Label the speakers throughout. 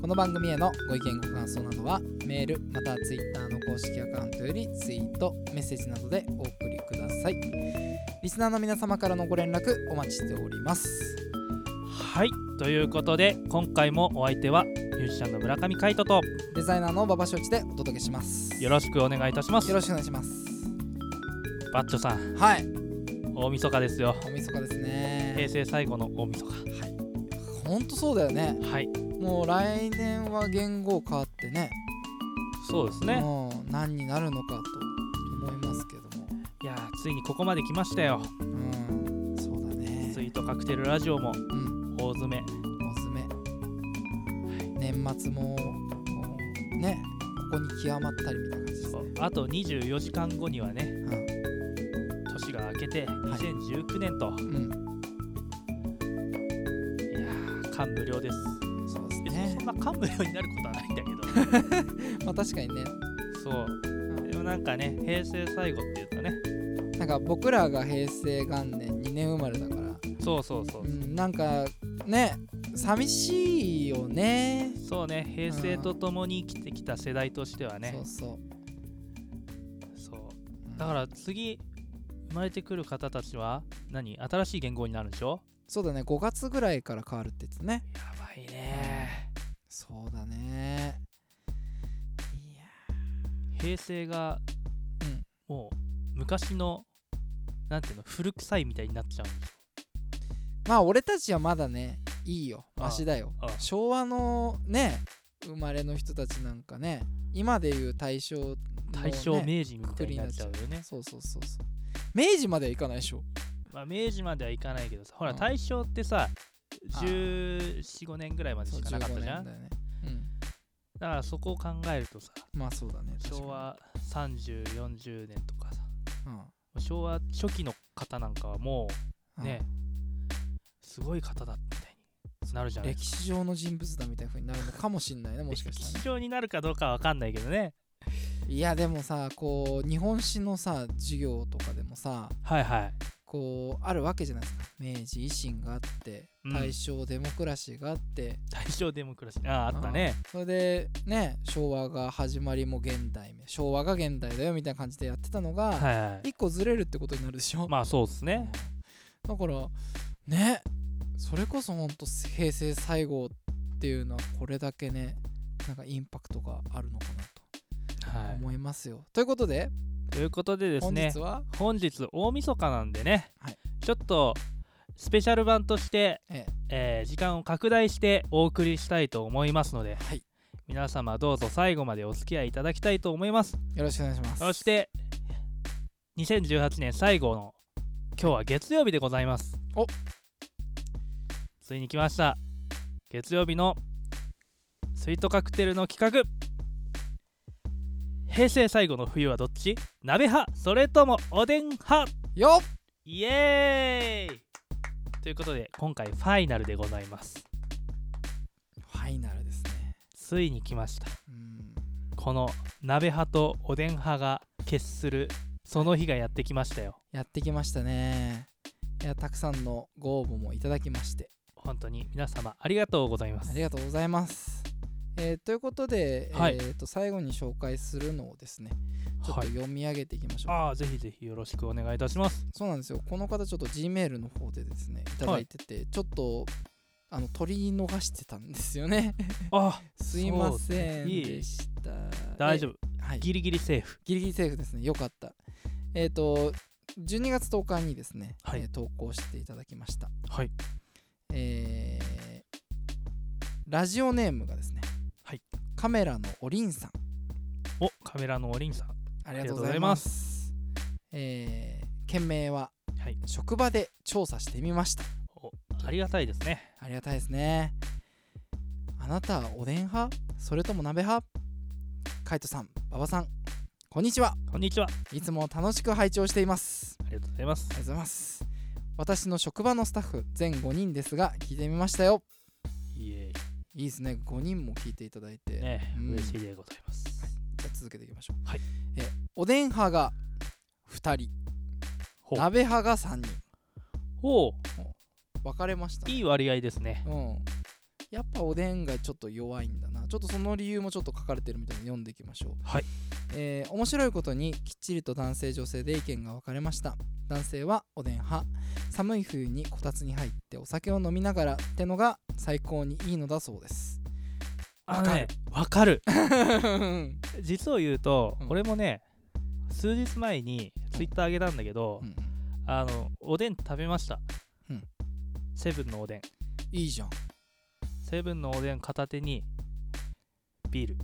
Speaker 1: この番組へのご意見ご感想などはメールまたはツイッターの公式アカウントよりツイートメッセージなどでお送りくださいリスナーの皆様からのご連絡お待ちしております
Speaker 2: はいということで今回もお相手はミュージシャンの村上海人と
Speaker 1: デザイナーの馬場翔一でお届けします
Speaker 2: よろしくお願いいたします
Speaker 1: よろしくお願いします
Speaker 2: バッチョさん
Speaker 1: はい
Speaker 2: 大晦日ですよ
Speaker 1: 大晦日です
Speaker 2: 平
Speaker 1: ね
Speaker 2: 成最後の大晦
Speaker 1: ほんとそうだよね
Speaker 2: 日はい
Speaker 1: もう来年は言語変わってね
Speaker 2: そうですね
Speaker 1: もう何になるのかと思いますけども
Speaker 2: いやーついにここまで来ましたよ
Speaker 1: うんそうだね
Speaker 2: スイートカクテルラジオも
Speaker 1: うん
Speaker 2: 大詰め
Speaker 1: おすすめ年末ももうねここに極まったりみたいな感じですね
Speaker 2: あと24時間後にはね年が明けて
Speaker 1: い
Speaker 2: 2019年と、い、
Speaker 1: うん、うん
Speaker 2: やー感無量です
Speaker 1: そうです
Speaker 2: 別に
Speaker 1: ね
Speaker 2: そんな感無量になることはないんだけど
Speaker 1: まあ確かにね
Speaker 2: そうでもなんかね平成最後っていうかね
Speaker 1: なんか僕らが平成元年2年生まれだから、
Speaker 2: そうそうそう、
Speaker 1: うん、なんかね寂しいよね
Speaker 2: そうね平成とともに生きてきた世代としてはね
Speaker 1: そうそう
Speaker 2: そう
Speaker 1: うん
Speaker 2: だから次生まれてくる方たちは何新しい言語になるんでしょ
Speaker 1: そうだね5月ぐらいから変わるって言ってたね
Speaker 2: やばいね
Speaker 1: そうだねいや
Speaker 2: 平成が
Speaker 1: うん
Speaker 2: もう昔のなんていうの古臭いみたいになっちゃうんです
Speaker 1: まあ俺たちはまだねいいよ
Speaker 2: ああ
Speaker 1: マシだよ
Speaker 2: ああ
Speaker 1: 昭和のね生まれの人たちなんかね今でいう大正のね
Speaker 2: 大正明治みたいになっちゃうよね
Speaker 1: そうそうそうそう明治まではいかないでしょ
Speaker 2: まあ、明治まではいかないけどさほら
Speaker 1: うん
Speaker 2: 大正ってさ
Speaker 1: ああ
Speaker 2: 1415年ぐらいまで
Speaker 1: そう
Speaker 2: しかなかったじゃん
Speaker 1: だ
Speaker 2: だ
Speaker 1: よねうん
Speaker 2: からそこを考えるとさ
Speaker 1: まあそうだね確かに
Speaker 2: 昭和3040年とかさ
Speaker 1: うん
Speaker 2: 昭和初期の方なんかはもう
Speaker 1: う
Speaker 2: んね、すごい方だみたいになるじゃない
Speaker 1: 歴史上の人物だみたいな風になるのかもしんないねもしかしたらね
Speaker 2: 史上になるかどうかは分かんないけどね
Speaker 1: いやでもさこう日本史のさ授業とかでもさ
Speaker 2: はいはい
Speaker 1: こうあるわけじゃないですか明治維新があって
Speaker 2: うん
Speaker 1: 大正デモクラシーがあって、
Speaker 2: 大正デモクラシーあああったね
Speaker 1: それでね昭和が始まりも現代め昭和が現代だよみたいな感じでやってたの
Speaker 2: は
Speaker 1: が
Speaker 2: いはい
Speaker 1: 一個ずれるってことになるでしょ、
Speaker 2: まあそうです
Speaker 1: うん
Speaker 2: ね
Speaker 1: だからねそれこそほんと平成最後っていうのはこれだけねなんかインパクトがあるのかなと
Speaker 2: は
Speaker 1: 思いますよ、ということで
Speaker 2: いということでです
Speaker 1: 本
Speaker 2: ね
Speaker 1: 日は、
Speaker 2: 本日大晦日なんでね、
Speaker 1: はい
Speaker 2: ちょっとスペシャル版として、
Speaker 1: え
Speaker 2: えー時間を拡大してお送りしたいと思いますので
Speaker 1: えはい
Speaker 2: 皆様どうぞ最後までお付き合いいただきたいと思います
Speaker 1: よろしくお願いします
Speaker 2: そして2018年最後の今日は月曜日でございます
Speaker 1: お
Speaker 2: ついに来ました月曜日のスイートカクテルの企画平成最後の冬はどっち鍋派それともおでん派
Speaker 1: よっ
Speaker 2: イエーイということで今回ファイナルでございます
Speaker 1: ファイナルですね
Speaker 2: ついに来ました
Speaker 1: うん
Speaker 2: この鍋派とおでん派が決するその日がやってきましたよ
Speaker 1: やってきましたねいやたくさんのご応募もいただきまして
Speaker 2: 本当に皆様ありがとうございま
Speaker 1: あ
Speaker 2: す
Speaker 1: りがとうございます。えーということで、
Speaker 2: はい
Speaker 1: えーと最後に紹介するのをですねちょっと
Speaker 2: はい
Speaker 1: 読み上げていきましょう、
Speaker 2: ああぜひぜひよろしくお願いいたし ます
Speaker 1: そうなんですよこの方ちょっと G メールの方でですねいただいてて、ちょっとあの取り逃してたんです よね
Speaker 2: あ
Speaker 1: すいません
Speaker 2: そういい
Speaker 1: でした
Speaker 2: 大丈
Speaker 1: 夫、
Speaker 2: 夫
Speaker 1: はい、ギ
Speaker 2: ギリギリセーフ
Speaker 1: リギリセーフですねよかったえっ、と12月10日にですね、
Speaker 2: はい
Speaker 1: えー投稿していただきました
Speaker 2: はい
Speaker 1: えーラジオネームがですね、
Speaker 2: はい、
Speaker 1: カメラのおりんさん
Speaker 2: おカメラのおりんさん
Speaker 1: ありがとうございます。えー、件名は、
Speaker 2: はい
Speaker 1: 職場で調査してみました。
Speaker 2: おありがたいですね
Speaker 1: ありがたいですね。あなたはおでん派それとも鍋派カイトさん馬場さんこんにちは
Speaker 2: こんにちは。あ
Speaker 1: いつも楽しく拝聴しています
Speaker 2: りがとうございます
Speaker 1: ありが。とうございます私の職場のスタッフ全5人ですが聞いてみましたよ
Speaker 2: イエ
Speaker 1: いいですね5人も聞いていただいて、
Speaker 2: ーイ。ね、
Speaker 1: うん
Speaker 2: 嬉しいでございます。
Speaker 1: じゃあ続けていきましょう
Speaker 2: はい
Speaker 1: えおでん派が2人
Speaker 2: ほう
Speaker 1: 鍋派が3人
Speaker 2: ほ
Speaker 1: 分かれました
Speaker 2: う、
Speaker 1: ね
Speaker 2: いい割合ですね。
Speaker 1: うんやっぱおでんがちょっと弱いんだなちょっとその理由もちょっと書かれてるみたいで読んでいきましょう
Speaker 2: はい
Speaker 1: えー面白いことにきっちりと男性女性で意見が分かれました男性はおでん派寒い冬にこたつに入ってお酒を飲みながらってのが最高にいいのだそうです
Speaker 2: あのね、わかる。
Speaker 1: うん
Speaker 2: 実を言うと、
Speaker 1: うん
Speaker 2: 俺もね、数日前にツイッターあげたんだけど、あの、おでん食べました。
Speaker 1: うん
Speaker 2: セブンのおでん。
Speaker 1: いいじゃん
Speaker 2: セブンのおでん片手に、ビール。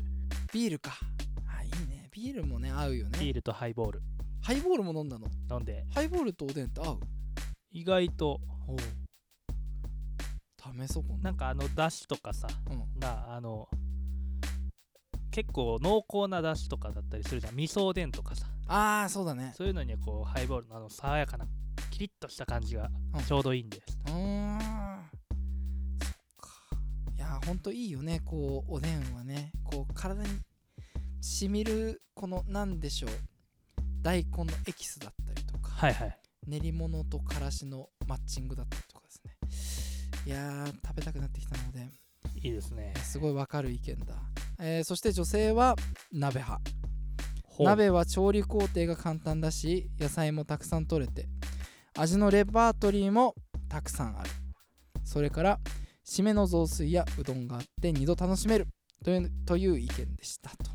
Speaker 1: ビールかあいいねビールもね合うよ
Speaker 2: ビ
Speaker 1: ね
Speaker 2: ールとハイボール
Speaker 1: ハイボールも飲んだの
Speaker 2: 飲んで、
Speaker 1: ハイボールとおでんって合う
Speaker 2: 意外と、
Speaker 1: ほう試そうこん
Speaker 2: なんんかあの、だしとかさ、
Speaker 1: うん
Speaker 2: が、あの、結構濃厚なだしとかだったりするじゃん。味噌おでんとかさ。
Speaker 1: ああそうだね
Speaker 2: そういうのにこうハイボールのあの爽やかなキリッとした感じが
Speaker 1: うん
Speaker 2: ちょうどいいんです。
Speaker 1: うーんそっかいやーほんといいよねこうおでんはねこう体にしみるこのなんでしょう大根のエキスだったりとか
Speaker 2: はいはい。
Speaker 1: 練り物とからしのマッチングだったりとかですねいやー食べたくなってきたので
Speaker 2: いいですね
Speaker 1: いや。すごいわかる意見だ、えーそして女性は鍋派
Speaker 2: ほう
Speaker 1: 鍋は調理工程が簡単だし野菜もたくさん取れて味のレパートリーもたくさんあるそれから締めの雑炊やうどんがあって2度楽しめるというという意見でしたとあ、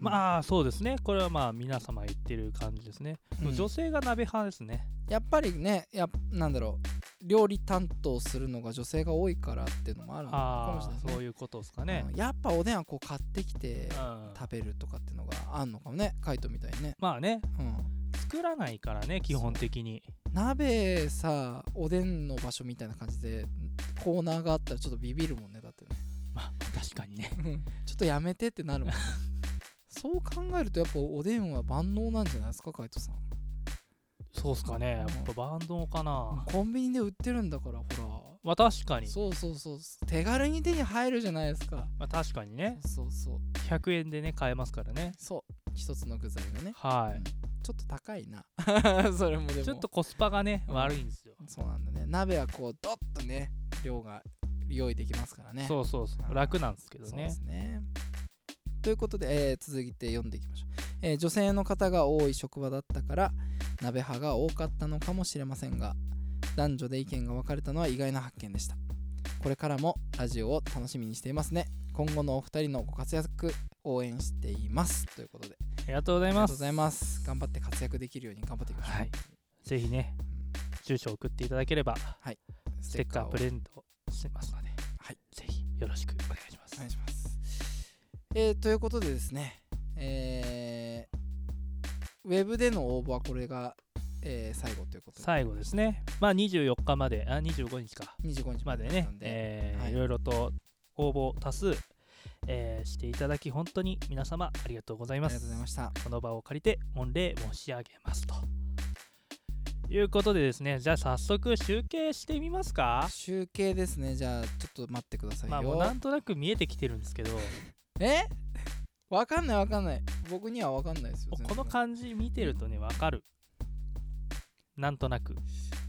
Speaker 2: まあそうですね。これはまあ皆様言ってる感じですね。
Speaker 1: うん
Speaker 2: 女性が鍋派ですね。
Speaker 1: やっぱりねやっなんだろう料理担当するのが女性が多いからっていうのもあるのかもし
Speaker 2: あ
Speaker 1: れな
Speaker 2: あ
Speaker 1: いですね
Speaker 2: そういうことですかね
Speaker 1: う。んやっぱおでんはこう買ってきて
Speaker 2: うん
Speaker 1: 食べるとかっていうのがあんのかもねカイトみたいにね、
Speaker 2: まあね
Speaker 1: うん、
Speaker 2: 作らないからね基本的に。
Speaker 1: 鍋さおでんの場所みたいな感じでコーナーがあったらちょっとビビるもんねだって
Speaker 2: まあ確かにね。
Speaker 1: ねちょっとやめてってな るもんねそう考えるとやっぱおでんは万能なんじゃないですか海斗さん
Speaker 2: そうっすかね。やっぱバンドかな。
Speaker 1: コンビニで売ってるんだからほ
Speaker 2: まあ確からに。
Speaker 1: そうそうそう手軽に手に入るじゃないですか
Speaker 2: まあ確かにね。
Speaker 1: そうそう
Speaker 2: 100円でね買えますからね。
Speaker 1: そう一つの具材がね
Speaker 2: は
Speaker 1: うんちょっと高いな それもでも
Speaker 2: い。ちょっとコスパがね
Speaker 1: うん
Speaker 2: 悪いんですよ。
Speaker 1: そうなんだね鍋はこうドッとね量が用意できますからね
Speaker 2: そうそうそう楽なんですけど
Speaker 1: そうで
Speaker 2: ね
Speaker 1: す。ね。ということで、えー続いて読んでいきましょう、えー女性の方が多い職場だったから鍋派が多かったのかもしれませんが男女で意見が分かれたのは意外な発見でしたこれからもラジオを楽しみにしていますね今後のお二人のご活躍応援していますということで
Speaker 2: ありがとうござい
Speaker 1: ありが
Speaker 2: ま
Speaker 1: とうご
Speaker 2: す
Speaker 1: ざ。います頑張って活躍できるように頑張っていきましょう、
Speaker 2: はいぜひね、住所を送っていただければ、
Speaker 1: ス
Speaker 2: ス
Speaker 1: テ
Speaker 2: テ
Speaker 1: ッ
Speaker 2: ッカ
Speaker 1: カー
Speaker 2: ー
Speaker 1: を
Speaker 2: プレゼントしてますので、
Speaker 1: はい
Speaker 2: ぜひよろしくお願いしま
Speaker 1: お
Speaker 2: す。
Speaker 1: 願いします。えーということでですね、えーウェブでの応募はこれが、えー最後ということで、
Speaker 2: 最後ですね、まあ、24日まで、あ25日か、
Speaker 1: 25日
Speaker 2: まで
Speaker 1: だっ
Speaker 2: ね
Speaker 1: たん、で
Speaker 2: えー
Speaker 1: はい
Speaker 2: い、ろいろと応募多数、えーしていただき、本当に皆様ありがとうござい
Speaker 1: あ
Speaker 2: ま
Speaker 1: りが
Speaker 2: す
Speaker 1: とう。ございました。
Speaker 2: この場を借りて、御礼申し上げますと。いうことでですね、じゃあ早速集計してみますか。
Speaker 1: 集計ですね、じゃあちょっと待ってください
Speaker 2: まあ
Speaker 1: よ。
Speaker 2: もうなんとなく見えてきてるんですけど、
Speaker 1: え わかんないわかんない。僕にはわかんないですよ。全
Speaker 2: こ
Speaker 1: 然
Speaker 2: の感じ見てるとね、わかる。なんとなく。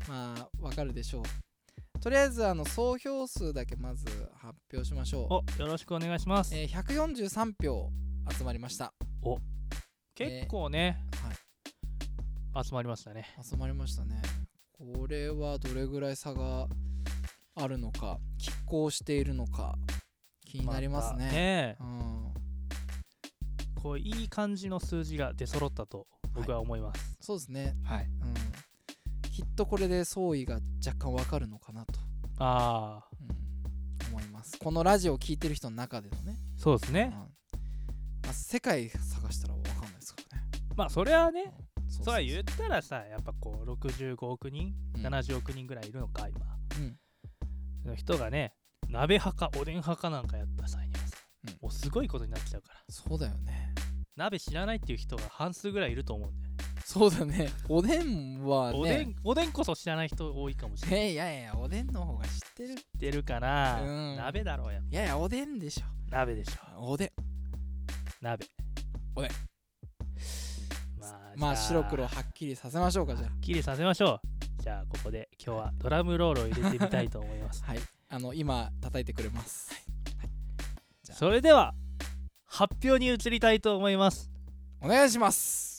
Speaker 1: まあわかるでしょう。とりあえずあの総票数だけまず発表しましょ
Speaker 2: およろしくお願いします
Speaker 1: う。。えー、143票集まりました。
Speaker 2: 結構ね、
Speaker 1: はい
Speaker 2: 集まりましたね。
Speaker 1: 集まりましたねこれはどれぐらい差があるのか拮抗しているのか気になります
Speaker 2: た
Speaker 1: ね,、
Speaker 2: ね
Speaker 1: うん、
Speaker 2: こういい感じの数字が出揃ったと僕は思います。
Speaker 1: そうですね、
Speaker 2: はい。
Speaker 1: うん、きっとこれで相違が若干わかるのかなと、
Speaker 2: ああ、
Speaker 1: うん、思いますこのラジオを聴いてる人の中でのね、
Speaker 2: そうです
Speaker 1: うん
Speaker 2: ね。
Speaker 1: まあ、世界探したらわかんないですからね
Speaker 2: まあそれは
Speaker 1: うん
Speaker 2: ね、
Speaker 1: そう
Speaker 2: そ
Speaker 1: そう
Speaker 2: は
Speaker 1: そう
Speaker 2: 言ったらさ、やっぱこう65億人、
Speaker 1: うん
Speaker 2: 70億人ぐらいいるのか今
Speaker 1: うん
Speaker 2: の人がね、鍋派かおでん派かなんかやった際にはさ、
Speaker 1: うん
Speaker 2: もうすごいことになっちゃうから。
Speaker 1: そうだよね
Speaker 2: 鍋知らないっていう人が半数ぐらいいると思うんだよね
Speaker 1: そうだねおでんはね
Speaker 2: おでんおでんこそ知らない人多いかもしれない
Speaker 1: えいやいやおでんの方が知ってる
Speaker 2: 知ってるかな、
Speaker 1: うん
Speaker 2: 鍋だろうよ
Speaker 1: いやいやおでんでしょ
Speaker 2: 鍋でしょ
Speaker 1: おでん
Speaker 2: 鍋
Speaker 1: おい
Speaker 2: まあ
Speaker 1: まあ
Speaker 2: じゃ
Speaker 1: 白黒はっきりさせましょうかじゃ
Speaker 2: はっきりさせましょうじゃあここで今日はドラムロールを入れてみたいと思います
Speaker 1: あはいあの今叩いてくれますじゃあ
Speaker 2: それでは発表に移りたいと思います
Speaker 1: お願いします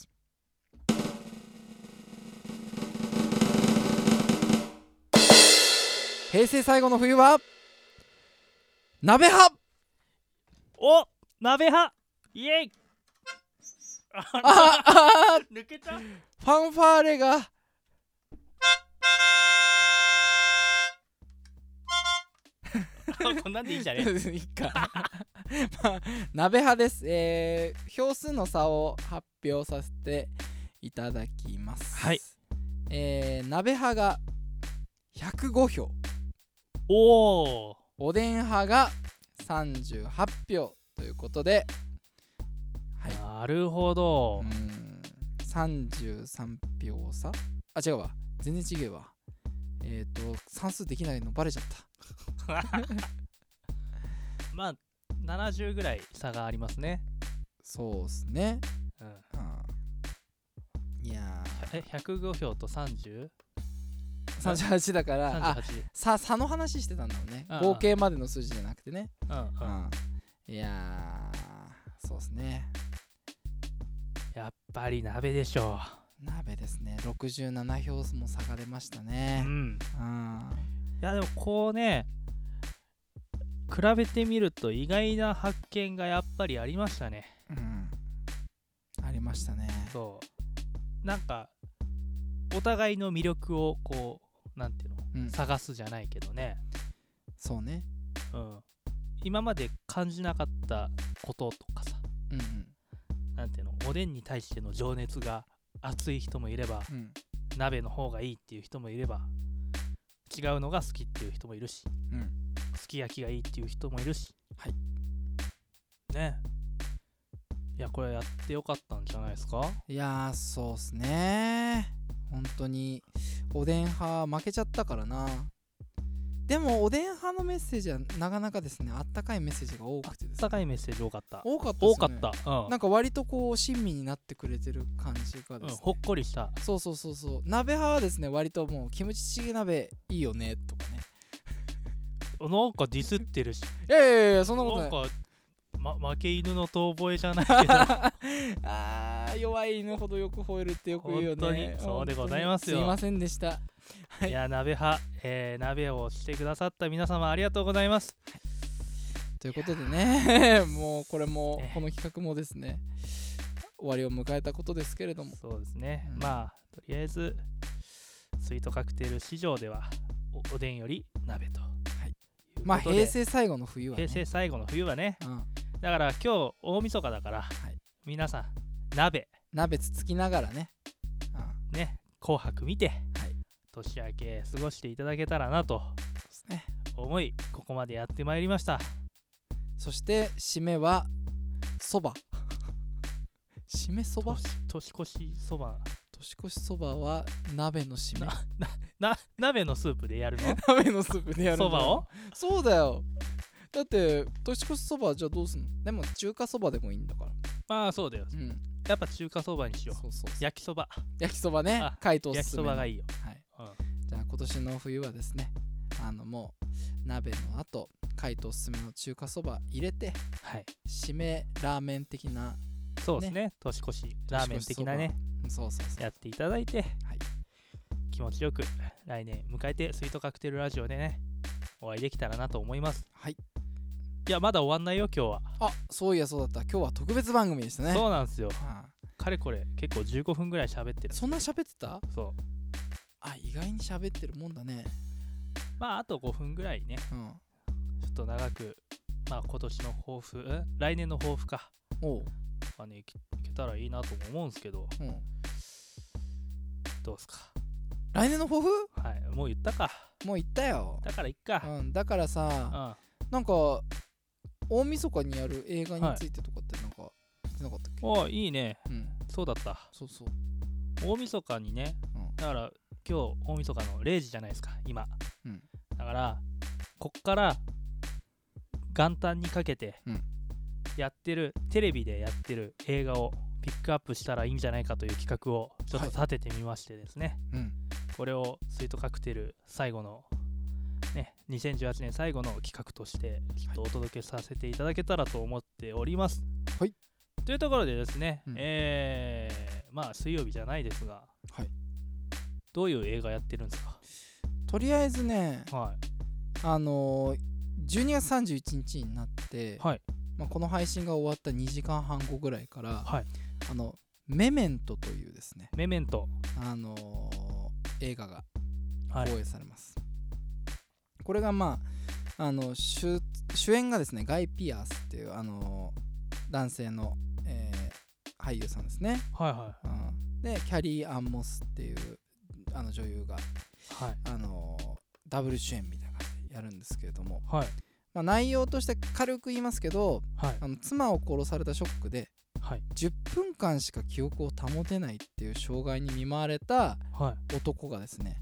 Speaker 1: 平成最後の冬は 鍋派
Speaker 2: お鍋派イエイあら
Speaker 1: ああ
Speaker 2: 抜け た
Speaker 1: ファンファーレが
Speaker 2: あこんなんでいいじゃ ね
Speaker 1: いいかまあ鍋派です、えー票数の差を発表させていただきます
Speaker 2: はい、
Speaker 1: えー鍋派が105票
Speaker 2: おお
Speaker 1: おでん派が38票ということではい
Speaker 2: なるほど、
Speaker 1: うーん33票差あ違うわ全然違うわえっ、と算数できないのバレちゃった
Speaker 2: まあ70ぐらい差がありますね、
Speaker 1: そうっすね
Speaker 2: うん、
Speaker 1: うんいや
Speaker 2: え105票と 30?
Speaker 1: ー38だからあ
Speaker 2: 38?
Speaker 1: さ差の話してたんだもんね
Speaker 2: ああ
Speaker 1: 合計までの数字じゃなくてね
Speaker 2: うんうん
Speaker 1: うんいやーそうですね
Speaker 2: やっぱり鍋でしょ
Speaker 1: 鍋ですね67票も差が出ました
Speaker 2: う、う
Speaker 1: ね
Speaker 2: ん、
Speaker 1: うん
Speaker 2: いやでもこうね比べてみると意外な発見がやっぱりありましたね
Speaker 1: うんありましたね
Speaker 2: そうなんかお互いの魅力をこうなんていうの
Speaker 1: うん
Speaker 2: 探すじゃないけどね、
Speaker 1: そうね
Speaker 2: うん、今まで感じなかったこととかさ
Speaker 1: うん
Speaker 2: なんていうのおでんに対しての情熱が熱い人もいれば
Speaker 1: うん
Speaker 2: 鍋の方がいいっていう人もいれば違うのが好きっていう人もいるし
Speaker 1: うんうん
Speaker 2: すき焼きがいいっていう人もいるし
Speaker 1: はい
Speaker 2: ねいやこれやってよかったんじゃないですか
Speaker 1: いやーそうっすね本当におでん派負けちゃったからなでもおでん派のメッセージはなかなかですねあったかいメッセージが多くてですね
Speaker 2: 高いメッセージ多かった
Speaker 1: 多かった
Speaker 2: 多
Speaker 1: す
Speaker 2: か
Speaker 1: よ
Speaker 2: っ
Speaker 1: ね
Speaker 2: た、うん
Speaker 1: なんか割とこう親身になってくれてる感じが
Speaker 2: う
Speaker 1: で
Speaker 2: ん
Speaker 1: すね、
Speaker 2: ほっこりした
Speaker 1: そうそうそうそう鍋派はですね割ともうキムチチゲ鍋いいよねとかね
Speaker 2: なんかディスってるし
Speaker 1: いやいやいやそんなこと
Speaker 2: な
Speaker 1: なんい
Speaker 2: か、ま、負け犬の遠吠えじゃないけ ど
Speaker 1: あー弱い犬ほどよく吠えるってよく言うよね
Speaker 2: 本当にそうでございますよ
Speaker 1: 本当にすいませんでした
Speaker 2: いや鍋派、えー鍋をしてくださった皆様ありがとうございます
Speaker 1: ということでねもうこれも
Speaker 2: ね
Speaker 1: この企画もですね終わりを迎えたことですけれども
Speaker 2: そうですね、
Speaker 1: うん
Speaker 2: まあとりあえずスイートカクテル市場ではおおでんより鍋と
Speaker 1: い
Speaker 2: いうことで
Speaker 1: まあ平成最後の冬はね
Speaker 2: 平成最後の冬はね
Speaker 1: うん、
Speaker 2: だから今日大晦日だから、
Speaker 1: い
Speaker 2: 皆さん鍋
Speaker 1: 鍋つつきながらね、うん、
Speaker 2: ね紅白見て、
Speaker 1: い
Speaker 2: 年明け過ごしていただけたらなと
Speaker 1: そうですね
Speaker 2: 思いここまでやってまいりました
Speaker 1: そして締めはそば締めそば
Speaker 2: 年年越しそば
Speaker 1: 年越しそばは鍋の締め
Speaker 2: なな鍋のスープで やるの
Speaker 1: 鍋のスープでやるんだ
Speaker 2: そばを
Speaker 1: そうだよだって年越しそばはじゃあどうすんのでも中華そばでもいいんだから
Speaker 2: まあそうだよ
Speaker 1: うん
Speaker 2: やっぱ中華そばにし
Speaker 1: そう
Speaker 2: よう
Speaker 1: そうそう
Speaker 2: 焼きそば
Speaker 1: 焼きそばね
Speaker 2: あ
Speaker 1: 解凍
Speaker 2: 焼きそばが
Speaker 1: い
Speaker 2: いいよ、
Speaker 1: はい
Speaker 2: うん、
Speaker 1: じゃあ今年の冬はですねあのもう鍋の後解凍おすすめの中華そば入れて
Speaker 2: はい
Speaker 1: 締めラーメン的な
Speaker 2: そうですね年越しラーメン的なね
Speaker 1: 年越しそばうんそうそうそう
Speaker 2: やっていただいて、
Speaker 1: はい
Speaker 2: 気持ちよく来年迎えてスイートカクテルラジオでねお会いできたらなと思います
Speaker 1: はい
Speaker 2: いやまだ終わんないよ今日は、
Speaker 1: あそういやそうだった今日は特別番組でしたね
Speaker 2: そうなんですよ
Speaker 1: あ
Speaker 2: かれこれ結構15分ぐらい喋ってる
Speaker 1: そんな喋ってた
Speaker 2: そう
Speaker 1: あ意外に喋ってるもんだね
Speaker 2: まああと5分ぐらいね
Speaker 1: うん
Speaker 2: ちょっと長くまあ今年の抱負ん来年の抱負か
Speaker 1: おう
Speaker 2: まあねいけいけたらいいなとも思うんですけど
Speaker 1: うん
Speaker 2: どうですか
Speaker 1: 来年の抱負
Speaker 2: はいもう言ったか
Speaker 1: もう行ったよ
Speaker 2: だからいっか
Speaker 1: うん、だから
Speaker 2: う
Speaker 1: さ
Speaker 2: ん
Speaker 1: なんか大晦日にやる映画についてとかってなんか、なかったっけ
Speaker 2: おいいね
Speaker 1: うん
Speaker 2: そうだった
Speaker 1: そうそう
Speaker 2: 大晦日にね、
Speaker 1: うん
Speaker 2: だから今日大晦日の0時じゃないですか今、
Speaker 1: うん
Speaker 2: だからこっから元旦にかけて
Speaker 1: うん
Speaker 2: やってる、テレビでやってる映画をピックアップしたらいいんじゃないかという企画をちょっと立ててみましてですね、
Speaker 1: うん
Speaker 2: これをスイートカクテル最後のね2018年最後の企画としてきっとお届けさせていただけたらと思っております。
Speaker 1: はい
Speaker 2: というところでですね、
Speaker 1: うん
Speaker 2: えーまあ水曜日じゃないですが、
Speaker 1: はい
Speaker 2: どういう映画やってるんです
Speaker 1: とりあえずね
Speaker 2: かはい
Speaker 1: あのー12月31日になって、
Speaker 2: はい
Speaker 1: まあ、この配信が終わった2時間半後ぐらいから、
Speaker 2: はい
Speaker 1: あのメメントというですね、
Speaker 2: メメント、
Speaker 1: あのー映画が
Speaker 2: はい
Speaker 1: 放映されます、これがまああの主主演がですねガイ・ピアースっていうあのー男性の、えー俳優さんですね、
Speaker 2: はいは
Speaker 1: うんでキャリー・アンモスっていうあの女優が
Speaker 2: いはい
Speaker 1: あのーダブル主演みたいな感じでやるんですけれども、
Speaker 2: はい
Speaker 1: まあ、内容として軽く言いますけど
Speaker 2: はい
Speaker 1: あの妻を殺されたショックで
Speaker 2: はい
Speaker 1: 10分間しか記憶を保てないっていう障害に見舞われた
Speaker 2: はい
Speaker 1: 男がですね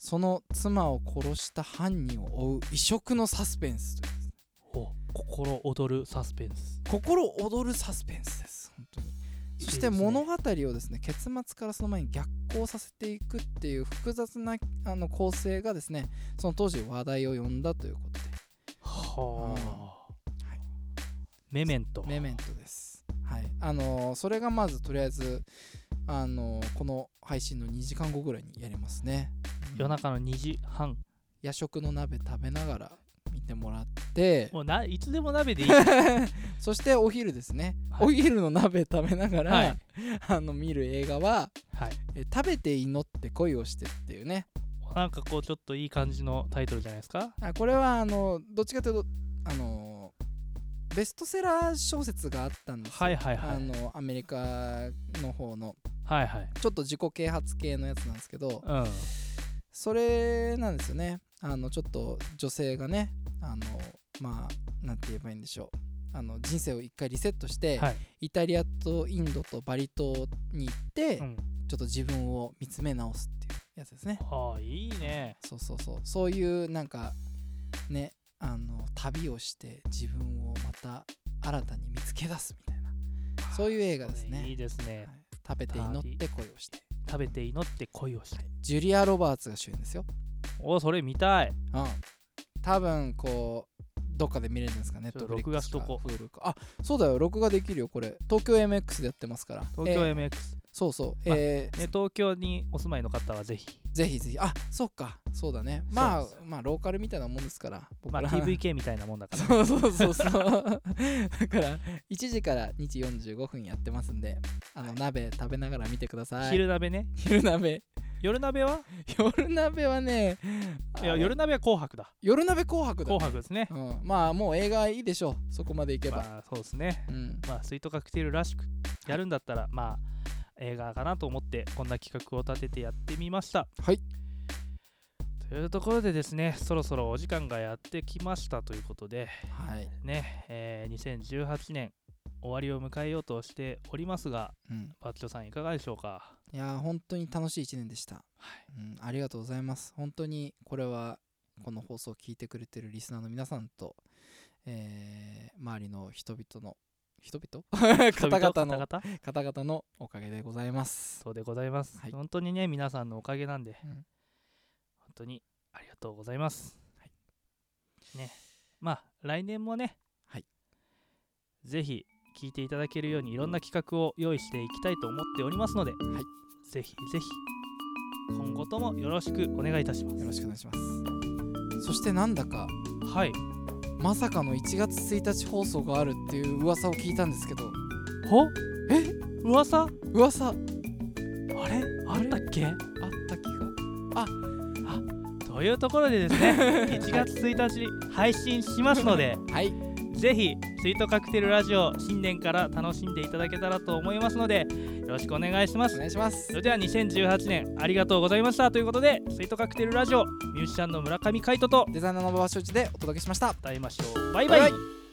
Speaker 1: その妻を殺した犯人を追う異色のサスペンスというですね
Speaker 2: お心躍るサスペンス
Speaker 1: 心躍るサスペンスです本当にそして物語をですね結末からその前に逆行させていくっていう複雑なあの構成がですねその当時話題を呼んだということで
Speaker 2: はあ、
Speaker 1: はい
Speaker 2: メメント
Speaker 1: メメントです。はい、あのーそれがまずとりあえず、あのーこの配信の2時間後ぐらいにやりますね。
Speaker 2: 夜中の2時半
Speaker 1: 夜食の鍋食べながら見てもらって
Speaker 2: もうないつでも鍋で いい
Speaker 1: そしてお昼ですね、
Speaker 2: はい
Speaker 1: お昼の鍋食べながら、
Speaker 2: はい
Speaker 1: あの見る映画は
Speaker 2: はい
Speaker 1: 「え食べて祈って恋をして」っていうね
Speaker 2: なんかこうちょっといい感じのタイトルじゃないですか
Speaker 1: あこれはあのどっちかというと、あのーベストセラー小説があったんですよ、
Speaker 2: はいはいはい
Speaker 1: あのアメリカの方の
Speaker 2: はいはい
Speaker 1: ちょっと自己啓発系のやつなんですけど、
Speaker 2: うんは
Speaker 1: それなんですよねあのちょっと女性がねあのまあなんて言えばいいんでしょうあの人生を一回リセットして、
Speaker 2: い、
Speaker 1: イタリアとインドとバリ島に行って、
Speaker 2: うん、
Speaker 1: ちょっと自分を見つめ直すっていうやつですね
Speaker 2: ああいいね
Speaker 1: そうそうそうそういうなんかねあの旅をして自分をまた新たに見つけ出すみたいなそういう映画ですね
Speaker 2: これいいですね
Speaker 1: はい食べて祈って恋をして
Speaker 2: 食べて祈って恋をして
Speaker 1: ジュリア・ロバーツが主演ですよ
Speaker 2: おそれ見たい
Speaker 1: うん、多分こうどっかで見れるんですかね
Speaker 2: ちょっと録画しとこう
Speaker 1: Netflix か Hulu かあそうだよ録画できるよこれ東京 MX でやってますから
Speaker 2: 東京
Speaker 1: えー
Speaker 2: MX、ね
Speaker 1: そうそう
Speaker 2: あ
Speaker 1: えー
Speaker 2: 東京にお住まいの方はぜひ
Speaker 1: ぜひぜひあそっかそうだねまあ
Speaker 2: そうです
Speaker 1: まあローカルみたいなもんですから僕
Speaker 2: まあ
Speaker 1: ら
Speaker 2: TVK みたいなもんだから
Speaker 1: そうそうそう そうだから1時から2時45分やってますんであの鍋食べながら見てください
Speaker 2: 昼鍋ね
Speaker 1: 昼鍋
Speaker 2: 夜鍋は
Speaker 1: 夜鍋はね
Speaker 2: い
Speaker 1: あ
Speaker 2: や
Speaker 1: の
Speaker 2: 夜鍋は紅白だ
Speaker 1: 夜鍋紅白だね
Speaker 2: 紅白ですね
Speaker 1: うん、まあもう映画いいでしょうそこまでいけば、
Speaker 2: まあそうですね
Speaker 1: うん
Speaker 2: まあスイートカクテルらしくやるんだったらまあ映画かなと思ってこんな企画を立ててやってみました
Speaker 1: はい
Speaker 2: というところでですねそろそろお時間がやってきましたということで
Speaker 1: はい、
Speaker 2: ね、えー2018年終わりを迎えようとしておりますが
Speaker 1: うん、
Speaker 2: バッチョさんいかがでしょうか
Speaker 1: いやー本当に楽しい1年でした、うん、ありがとうございます本当にこれはこの放送を聞いてくれてるリスナーの皆さんと、えー周りの人々の人々方々の
Speaker 2: 方々
Speaker 1: 方々のおかげでございます
Speaker 2: そうでございます、
Speaker 1: はい
Speaker 2: 本当にね皆さんのおかげなんで、
Speaker 1: うん
Speaker 2: 本当にありがとうございます、
Speaker 1: は
Speaker 2: ねまあ来年もね、
Speaker 1: はい
Speaker 2: ぜひ聞いていただけるようにいろんな企画を用意していきたいと思っておりますので、ぜひぜひ今後ともよろしくお願いいたします
Speaker 1: よろしくお願いしますそしてなんだか
Speaker 2: はい
Speaker 1: まさかの1月1日放送があるっていう噂を聞いたんですけど
Speaker 2: ほ
Speaker 1: え
Speaker 2: 噂
Speaker 1: 噂あっ
Speaker 2: あれあったっけ
Speaker 1: た気が
Speaker 2: というところでですね 1月1日に配信しますので
Speaker 1: はい
Speaker 2: ぜひスイートカクテルラジオ新年から楽しんでいただけたらと思いますのでよろしくお願いしま
Speaker 1: お
Speaker 2: す
Speaker 1: 願いします
Speaker 2: それでは2018年ありがとうございましたということでスイートカクテルラジオミュージシャンの村上海人と
Speaker 1: デザイナーの馬場所一でお届けしました
Speaker 2: 歌いましょうバイバイ
Speaker 1: バイ